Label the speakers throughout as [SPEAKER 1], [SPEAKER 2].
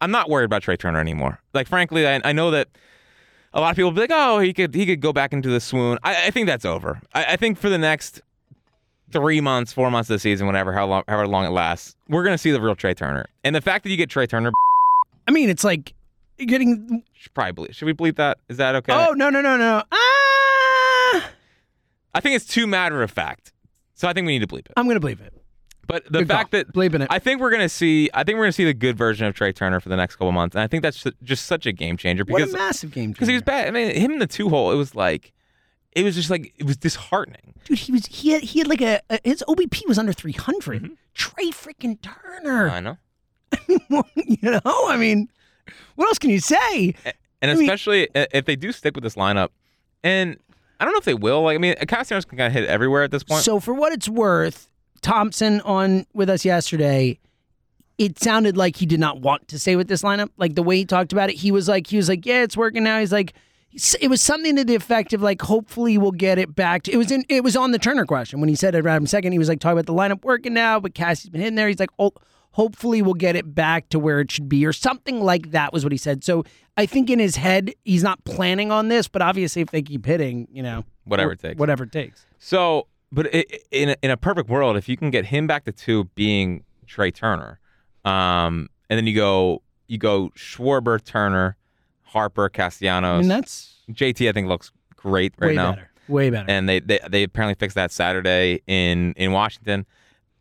[SPEAKER 1] I'm not worried about Trey Turner anymore. Like, frankly, I, I know that a lot of people will be like, oh, he could he could go back into the swoon. I, I think that's over. I, I think for the next three months, four months of the season, whatever, how long, however long it lasts, we're gonna see the real Trey Turner. And the fact that you get Trey Turner,
[SPEAKER 2] I mean, it's like you're getting.
[SPEAKER 1] should probably bleep. should we bleep that? Is that okay?
[SPEAKER 2] Oh no no no no! Ah,
[SPEAKER 1] I think it's too matter of fact. So I think we need to bleep it.
[SPEAKER 2] I'm gonna believe it.
[SPEAKER 1] But the
[SPEAKER 2] Good
[SPEAKER 1] fact
[SPEAKER 2] call.
[SPEAKER 1] that
[SPEAKER 2] Bleeping it.
[SPEAKER 1] I think we're gonna see, I think we're gonna see the good version of Trey Turner for the next couple months, and I think that's su- just such a game changer
[SPEAKER 2] what a
[SPEAKER 1] because
[SPEAKER 2] massive game
[SPEAKER 1] because he was bad. I mean, him in the two hole, it was like, it was just like it was disheartening.
[SPEAKER 2] dude. He was he had, he had like a, a- his OBP was under 300.
[SPEAKER 1] Mm-hmm.
[SPEAKER 2] Trey freaking Turner.
[SPEAKER 1] I know,
[SPEAKER 2] you know, I mean, what else can you say?
[SPEAKER 1] and
[SPEAKER 2] I mean-
[SPEAKER 1] especially i if they do stick with this lineup, and I don't know if they will. Like, I mean, Castellanos can kind of hit everywhere at this point.
[SPEAKER 2] So for what it's worth, Thompson on with us yesterday, it sounded like he did not want to stay with this lineup. Like the way he talked about it, he was like, he was like, yeah, it's working now. He's like, it was something to the effect of like, hopefully we'll get it back. To, it was in, it was on the Turner question when he said it around him second. He was like talking about the lineup working now, but Cassie's been hitting there. He's like, oh, hopefully we'll get it back to where it should be or something like that was what he said. So I think in his head he's not planning on this, but obviously if they keep hitting, you know,
[SPEAKER 1] Whatever it takes.
[SPEAKER 2] whatever it takes.
[SPEAKER 1] So, but i i- in a, in a perfect world, if you can get him back to two being Trey Turner, um, and then you go you go Schwarber, Turner, Harper,
[SPEAKER 2] I
[SPEAKER 1] Castellanos,
[SPEAKER 2] mean that's
[SPEAKER 1] JT. I think looks great right
[SPEAKER 2] way
[SPEAKER 1] now,
[SPEAKER 2] better. Way better.
[SPEAKER 1] and they, they they apparently fixed that Saturday in in Washington.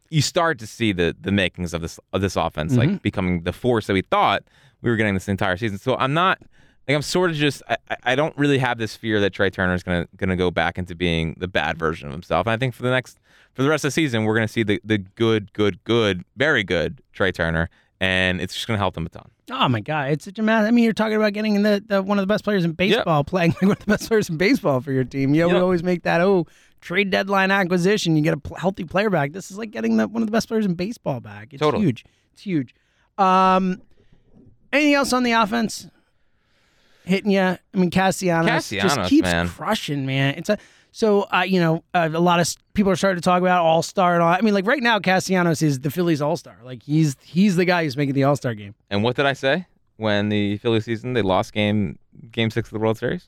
[SPEAKER 1] You start to see the the makings of this of this offense like becoming the force that we thought we were getting this entire season. So I'm not. Like I'm sort of just I, I- I don't really have this fear that Trey Turner is gonna gonna go back into being the bad version of himself. And I think for the next for the rest of the season we're gonna see the the good good good very good Trey Turner, and it's just gonna help them a ton.
[SPEAKER 2] oh my god, it's such a massive. I mean, you're talking about getting the, the one of the best players in baseball, playing like one of the best players in baseball for your team. You know, we
[SPEAKER 1] Yep.
[SPEAKER 2] always make that oh trade deadline acquisition. You get a pl- healthy player back. This is like getting the, one of the best players in baseball back. It's
[SPEAKER 1] Totally.
[SPEAKER 2] huge. It's huge. Um, anything else on the offense? Hitting you. I mean, Castellanos,
[SPEAKER 1] Castellanos,
[SPEAKER 2] just keeps
[SPEAKER 1] man.
[SPEAKER 2] crushing, man. It's a so uh, you know uh, a lot of s- people are starting to talk about all star and all. I mean, like right now, Castellanos is the Phillies all star. Like he's he's the guy who's making the all star game.
[SPEAKER 1] And what did I say when the Philly season they lost game game six of the World Series?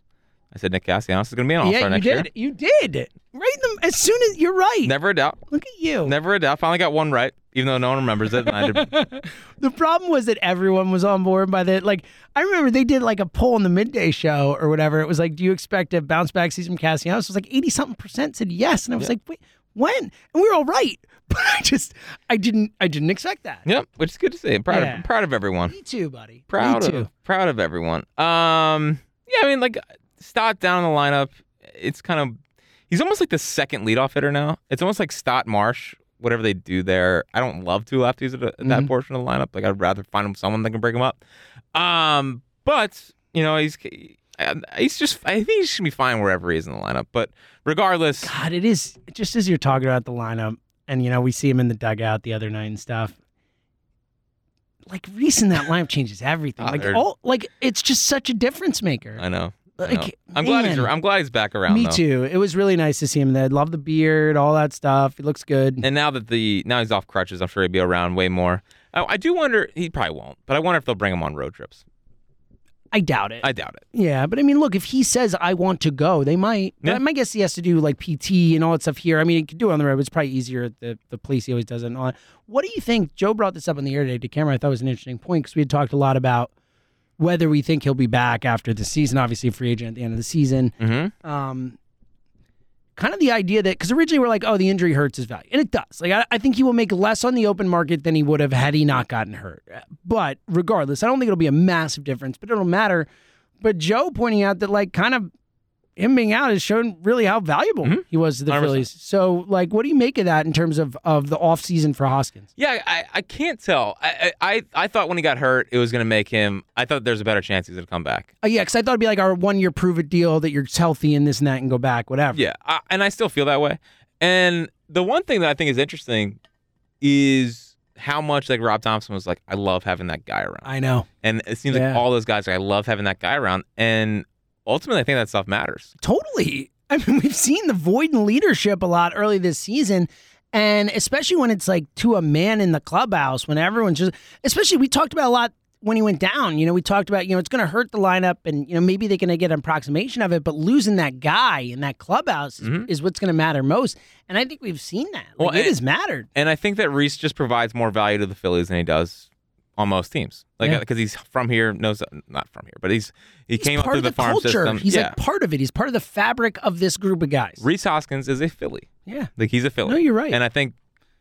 [SPEAKER 1] I said Nick Castellanos is going to be an All Star
[SPEAKER 2] yeah,
[SPEAKER 1] next
[SPEAKER 2] you
[SPEAKER 1] year.
[SPEAKER 2] did. You did. Right in the, as soon as you're right.
[SPEAKER 1] Never a doubt.
[SPEAKER 2] Look at you.
[SPEAKER 1] Never a doubt. Finally got one right, even though no one remembers it. And I did.
[SPEAKER 2] The problem was that everyone was on board by the like. I remember they did like a poll in the midday show or whatever. It was like, do you expect a bounce back season from Castellanos? It was like eighty something percent said yes, and I was like, wait, when? And we were all right, but I just I didn't I didn't expect that.
[SPEAKER 1] yep, which is good to see. I'm proud
[SPEAKER 2] Yeah.
[SPEAKER 1] of proud of everyone.
[SPEAKER 2] Me too, buddy.
[SPEAKER 1] Proud
[SPEAKER 2] Me too.
[SPEAKER 1] of proud of everyone. Um, yeah, I mean, like Stott down in the lineup. It's kind of he's almost like the second leadoff hitter now. It's almost like Stott Marsh. Whatever they do there, I don't love two lefties at, at
[SPEAKER 2] Mm-hmm.
[SPEAKER 1] that portion of the lineup. Like I'd rather find him someone that can break him up. Um, but you know he's he's just I think he should be fine wherever he is in the lineup. But regardless,
[SPEAKER 2] God, it is just as you're talking about the lineup, and you know we see him in the dugout the other night and stuff. Like recent that lineup changes everything.
[SPEAKER 1] Ah,
[SPEAKER 2] like
[SPEAKER 1] they're-
[SPEAKER 2] all like it's just such a difference maker.
[SPEAKER 1] I know. I know.
[SPEAKER 2] like
[SPEAKER 1] I'm glad he's
[SPEAKER 2] man,
[SPEAKER 1] I'm glad he's back around.
[SPEAKER 2] Me
[SPEAKER 1] though.
[SPEAKER 2] too. It was really nice to see him. there. I love the beard, all that stuff. He looks good.
[SPEAKER 1] And now that the now he's off crutches, I'm sure he'll be around way more. Oh, I, I do wonder. He probably won't, but I wonder if they'll bring him on road trips.
[SPEAKER 2] I doubt it.
[SPEAKER 1] I doubt it.
[SPEAKER 2] yeah, but I mean, look, if he says I want to go, they might.
[SPEAKER 1] Yeah.
[SPEAKER 2] But my guess he has to do like PT and all that stuff here. I mean, he could do it on the road. But it's probably easier at the the place. He always does it. And all that. What do you think? Joe brought this up on the air today to camera. I thought it was an interesting point because we had talked a lot about whether we think he'll be back after the season. Obviously, a free agent at the end of the season.
[SPEAKER 1] Mm-hmm.
[SPEAKER 2] um, kind of the idea that because originally we're like, oh, the injury hurts his value, and it does. Like I, I think he will make less on the open market than he would have had he not gotten hurt. But regardless, I don't think it'll be a massive difference, but it'll matter. But Joe pointing out that like kind of him being out has shown really how valuable he was to the
[SPEAKER 1] 100%.
[SPEAKER 2] Phillies. So like, what do you make of that in terms of of the off season for Hoskins?
[SPEAKER 1] Yeah, I, I can't tell. I, I I- I thought when he got hurt, it was gonna make him. I thought there's a better chance he's gonna come back.
[SPEAKER 2] Oh yeah, because I thought it'd be like our one year prove it deal that you're healthy and this and that and go back, whatever.
[SPEAKER 1] Yeah, I, and I still feel that way. And the one thing that I think is interesting is how much like Rob Thompson was like, I love having that guy around.
[SPEAKER 2] I know.
[SPEAKER 1] and it seems
[SPEAKER 2] Yeah.
[SPEAKER 1] like all those guys, like, I love having that guy around. And ultimately, I think that stuff matters.
[SPEAKER 2] Totally. I mean, we've seen the void in leadership a lot early this season. And especially when it's like to a man in the clubhouse, when everyone's just, especially we talked about a lot when he went down, you know, we talked about, you know, it's going to hurt the lineup and, you know, maybe they're going to get an approximation of it, but losing that guy in that clubhouse is-
[SPEAKER 1] Mhm.
[SPEAKER 2] is, what's going to matter most. And I think we've seen that. Like,
[SPEAKER 1] Well,
[SPEAKER 2] it
[SPEAKER 1] and-
[SPEAKER 2] has mattered.
[SPEAKER 1] And I think that Reese just provides more value to the Phillies than he does on most teams. Like
[SPEAKER 2] Yeah.
[SPEAKER 1] because he's from here, knows not from here, but he's he
[SPEAKER 2] He's
[SPEAKER 1] came up
[SPEAKER 2] part
[SPEAKER 1] through
[SPEAKER 2] of the,
[SPEAKER 1] farm
[SPEAKER 2] culture.
[SPEAKER 1] system.
[SPEAKER 2] He's
[SPEAKER 1] yeah.
[SPEAKER 2] like part of it. He's part of the fabric of this group of guys.
[SPEAKER 1] Reese Hoskins is a Philly.
[SPEAKER 2] yeah.
[SPEAKER 1] Like he's a Philly.
[SPEAKER 2] No, you're right.
[SPEAKER 1] And I think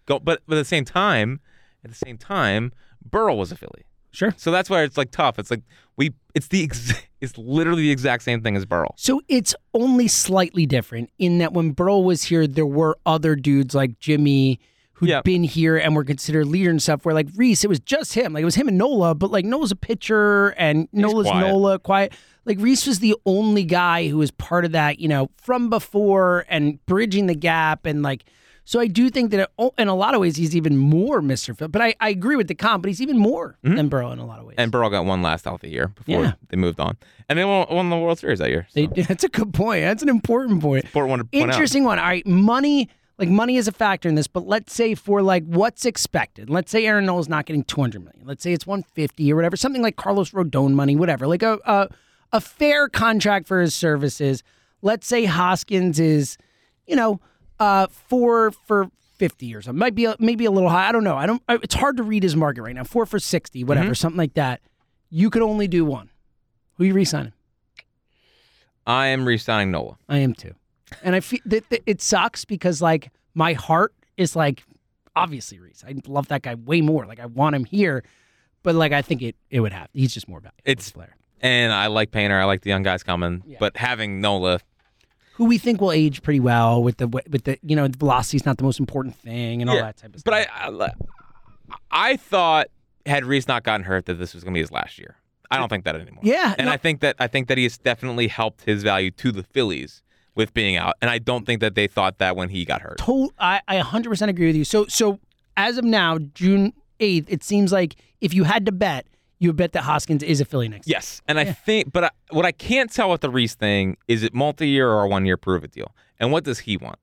[SPEAKER 1] go but but at the same time, at the same time, Burrow was a Philly.
[SPEAKER 2] Sure.
[SPEAKER 1] So that's why it's like tough. It's like we it's the ex- it's literally the exact same thing as Burrow.
[SPEAKER 2] So it's only slightly different in that when Burrow was here, there were other dudes like Jimmy who had
[SPEAKER 1] Yeah.
[SPEAKER 2] been here and were considered leader and stuff. Where like Reese, it was just him. Like it was him and Nola, but like Nola's a pitcher and Nola's
[SPEAKER 1] quiet.
[SPEAKER 2] Nola, quiet. Like Reese was the only guy who was part of that, you know, from before and bridging the gap and like. So I do think that it, oh, in a lot of ways he's even more Mr. Phil, but I, I agree with the comp, but he's even more than Burrow in a lot of ways.
[SPEAKER 1] Mm-hmm. And Burrow got one last healthy year before
[SPEAKER 2] Yeah.
[SPEAKER 1] they moved on. And they won, won the World Series that year. So.
[SPEAKER 2] They- that's a good point. That's an important point.
[SPEAKER 1] Important one to point out.
[SPEAKER 2] Interesting one. All right, money. Like money is a factor in this, but let's say for like what's expected. Let's say Aaron Nolan's not getting 200 million. Let's say it's 150 or whatever. Something like Carlos Rodon money, whatever. Like a a, a fair contract for his services. Let's say Hoskins is, you know, uh, four for 50 or something. Might be a, maybe a little high. I don't know. I don't. I, it's hard to read his market right now. Four for 60, whatever,
[SPEAKER 1] Mm-hmm.
[SPEAKER 2] something like that. You could only do one. Who you re-signing?
[SPEAKER 1] I am re-signing Nola.
[SPEAKER 2] I am too. And I feel that, that it sucks because like my heart is like obviously Reese. I love that guy way more. Like I want him here, but like I think it it would have. He's just more valuable. as a
[SPEAKER 1] It's-
[SPEAKER 2] player
[SPEAKER 1] And I like Painter. I like the young guys coming.
[SPEAKER 2] Yeah.
[SPEAKER 1] But having Nola,
[SPEAKER 2] who we think will age pretty well with the with the you know velocity is not the most important thing and all
[SPEAKER 1] Yeah,
[SPEAKER 2] that type of
[SPEAKER 1] but I,
[SPEAKER 2] stuff.
[SPEAKER 1] I, I thought had Reese not gotten hurt that this was going to be his last year. I don't think that anymore.
[SPEAKER 2] yeah,
[SPEAKER 1] And
[SPEAKER 2] no,
[SPEAKER 1] I think that I think that he has definitely helped his value to the Phillies with being out. And I don't think that they thought that when he got hurt.
[SPEAKER 2] to- I I 100% agree with you. So so as of now, June 8th, it seems like if you had to bet, you would bet that Hoskins is a Philly next. year.
[SPEAKER 1] Yes, and I think, but I, what I can't tell with the Reese thing is it multi-year or a one-year prove-it deal, and what does he want?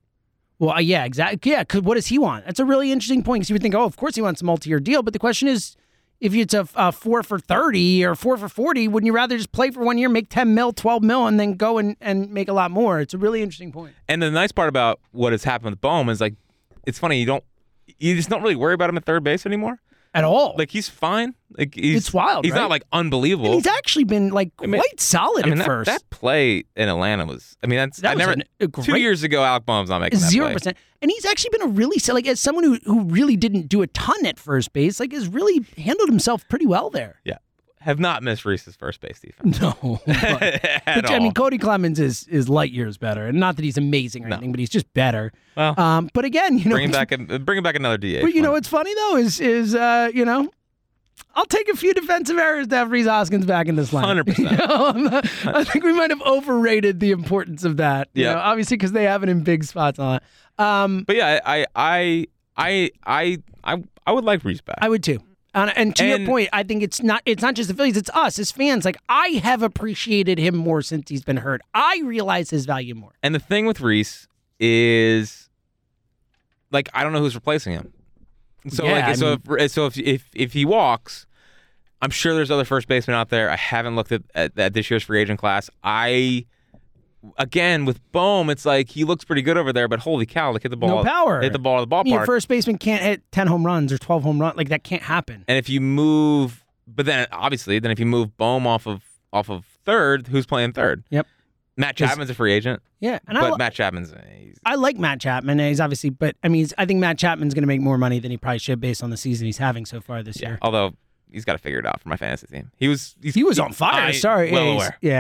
[SPEAKER 2] Well, uh, yeah, exactly. Yeah, because what does he want? That's a really interesting point because you would think, oh, of course he wants a multi-year deal, but the question is, if it's a uh, four for thirty or four for forty, wouldn't you rather just play for one year, make ten mil, twelve mil, and then go and, and make a lot more? It's a really interesting point.
[SPEAKER 1] And the nice part about what has happened with Bohm is like, it's funny you don't, you just don't really worry about him at third base anymore.
[SPEAKER 2] At all,
[SPEAKER 1] Like he's fine. Like he's
[SPEAKER 2] It's wild,
[SPEAKER 1] He's
[SPEAKER 2] right?
[SPEAKER 1] not like unbelievable.
[SPEAKER 2] and he's actually been like quite
[SPEAKER 1] mean- I
[SPEAKER 2] solid
[SPEAKER 1] mean
[SPEAKER 2] at
[SPEAKER 1] that,
[SPEAKER 2] first.
[SPEAKER 1] that play in Atlanta was. I mean that's
[SPEAKER 2] That
[SPEAKER 1] I
[SPEAKER 2] was
[SPEAKER 1] never
[SPEAKER 2] an- a
[SPEAKER 1] two
[SPEAKER 2] great
[SPEAKER 1] years ago Alec Bohm's not making that
[SPEAKER 2] zero
[SPEAKER 1] play.
[SPEAKER 2] percent, and he's actually been a really so- like as someone who who really didn't do a ton at first base, like has really handled himself pretty well there.
[SPEAKER 1] Have not missed Reese's first base defense.
[SPEAKER 2] No. but-
[SPEAKER 1] at
[SPEAKER 2] Which, I mean,
[SPEAKER 1] all.
[SPEAKER 2] Cody Clemens is is light years better, and not that he's amazing or
[SPEAKER 1] No.
[SPEAKER 2] anything, but he's just better.
[SPEAKER 1] Well,
[SPEAKER 2] Um, but again, you know,
[SPEAKER 1] bringing back a- bringing back another DH.
[SPEAKER 2] but you know
[SPEAKER 1] one.
[SPEAKER 2] what's funny though is is uh, you know, I'll take a few defensive errors to have Reese Hoskins back in this line.
[SPEAKER 1] 100%.
[SPEAKER 2] I think we might have overrated the importance of that. you
[SPEAKER 1] Yeah.
[SPEAKER 2] know, obviously because they have it in big spots on it. Um,
[SPEAKER 1] But yeah, I I I I I I would like Reese back.
[SPEAKER 2] I would too. And, and to your
[SPEAKER 1] And-
[SPEAKER 2] point, I think it's not it's not just the Phillies, it's us as fans. Like I have appreciated him more since he's been hurt. I realize his value more.
[SPEAKER 1] And the thing with Reese is, like, I don't know who's replacing him. So
[SPEAKER 2] Yeah,
[SPEAKER 1] like,
[SPEAKER 2] I
[SPEAKER 1] so if, eh, so if if if he walks, I'm sure there's other first basemen out there. I haven't looked at, at, at this year's free agent class. I. Again, with Bohm, it's like he looks pretty good over there, but holy cow, look at the ball.
[SPEAKER 2] power.
[SPEAKER 1] Hit the ball at the
[SPEAKER 2] Your
[SPEAKER 1] ballpark.
[SPEAKER 2] first baseman can't hit 10 home runs or 12 home runs. Like, that can't happen.
[SPEAKER 1] and if you move, but then obviously, then if you move Bohm off of off of third, who's playing third?
[SPEAKER 2] Yep.
[SPEAKER 1] Matt
[SPEAKER 2] Is-
[SPEAKER 1] Chapman's a free agent,
[SPEAKER 2] Yeah. And I,
[SPEAKER 1] but
[SPEAKER 2] li-
[SPEAKER 1] Matt Chapman's he's,
[SPEAKER 2] I like Matt Chapman. and He's obviously, but I mean, he's- I think Matt Chapman's going to make more money than he probably should based on the season he's having so far this
[SPEAKER 1] Yeah.
[SPEAKER 2] year.
[SPEAKER 1] Although he's got to figure it out for my fantasy team. He was he's
[SPEAKER 2] He was on fire.
[SPEAKER 1] I-
[SPEAKER 2] Sorry.
[SPEAKER 1] well
[SPEAKER 2] yeah, he's-
[SPEAKER 1] aware.
[SPEAKER 2] Yeah.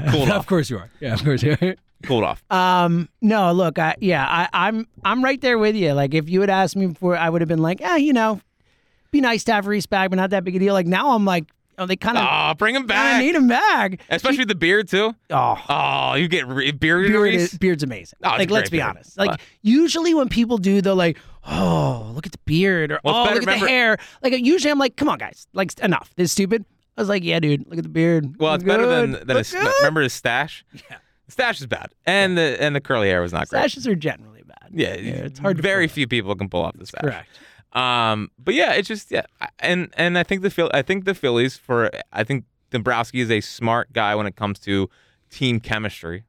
[SPEAKER 2] yeah, yeah.
[SPEAKER 1] Cooled
[SPEAKER 2] of
[SPEAKER 1] off.
[SPEAKER 2] course you are. Yeah, of course you are.
[SPEAKER 1] cooled off.
[SPEAKER 2] Um, no, look, I, yeah, I, I'm, I'm right there with you. Like, if you had asked me before, I would have been like, ah, you know, be nice to have Reese back, but not that big a deal. Like now, I'm like, oh, they kind of,
[SPEAKER 1] Oh, bring him
[SPEAKER 2] kind
[SPEAKER 1] back.
[SPEAKER 2] of need him back.
[SPEAKER 1] Especially with the beard too.
[SPEAKER 2] Oh,
[SPEAKER 1] Oh, you get re- bearded
[SPEAKER 2] beard
[SPEAKER 1] Reese?
[SPEAKER 2] is, beard's amazing.
[SPEAKER 1] Oh, it's
[SPEAKER 2] like,
[SPEAKER 1] a
[SPEAKER 2] let's
[SPEAKER 1] great
[SPEAKER 2] be
[SPEAKER 1] beard.
[SPEAKER 2] honest. Like, usually when people do, they're like, oh, look at the beard or
[SPEAKER 1] Well, it's
[SPEAKER 2] oh,
[SPEAKER 1] better-
[SPEAKER 2] look at
[SPEAKER 1] remember-
[SPEAKER 2] the hair. Like, usually I'm like, come on, guys, like, enough. This is stupid. I was like, yeah, dude, look at the beard.
[SPEAKER 1] Well,
[SPEAKER 2] Looks
[SPEAKER 1] it's better
[SPEAKER 2] good.
[SPEAKER 1] than than
[SPEAKER 2] Looks
[SPEAKER 1] his
[SPEAKER 2] good."
[SPEAKER 1] remember his stash. Yeah, stash is bad, and the and the curly hair was not great.
[SPEAKER 2] Sashes are generally bad.
[SPEAKER 1] yeah,
[SPEAKER 2] it's hard to
[SPEAKER 1] Very few people can pull off the stash.
[SPEAKER 2] Correct.
[SPEAKER 1] Um, but yeah, it's just yeah, I- and and I think the Phil, I think the Phillies for I think Dombrowski is a smart guy when it comes to team chemistry.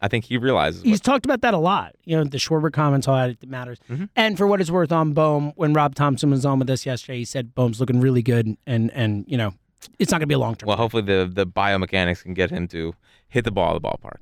[SPEAKER 1] I think he realizes. what-
[SPEAKER 2] He's talked about that a lot. You know, the Schwarber comments, all that it matters.
[SPEAKER 1] Mhm.
[SPEAKER 2] And for what it's worth, on Bohm, when Rob Thompson was on with us yesterday, he said Bohm's looking really good, and and you know, it's not going to be a long term.
[SPEAKER 1] well, hopefully the the biomechanics can get him to hit the ball at the ballpark.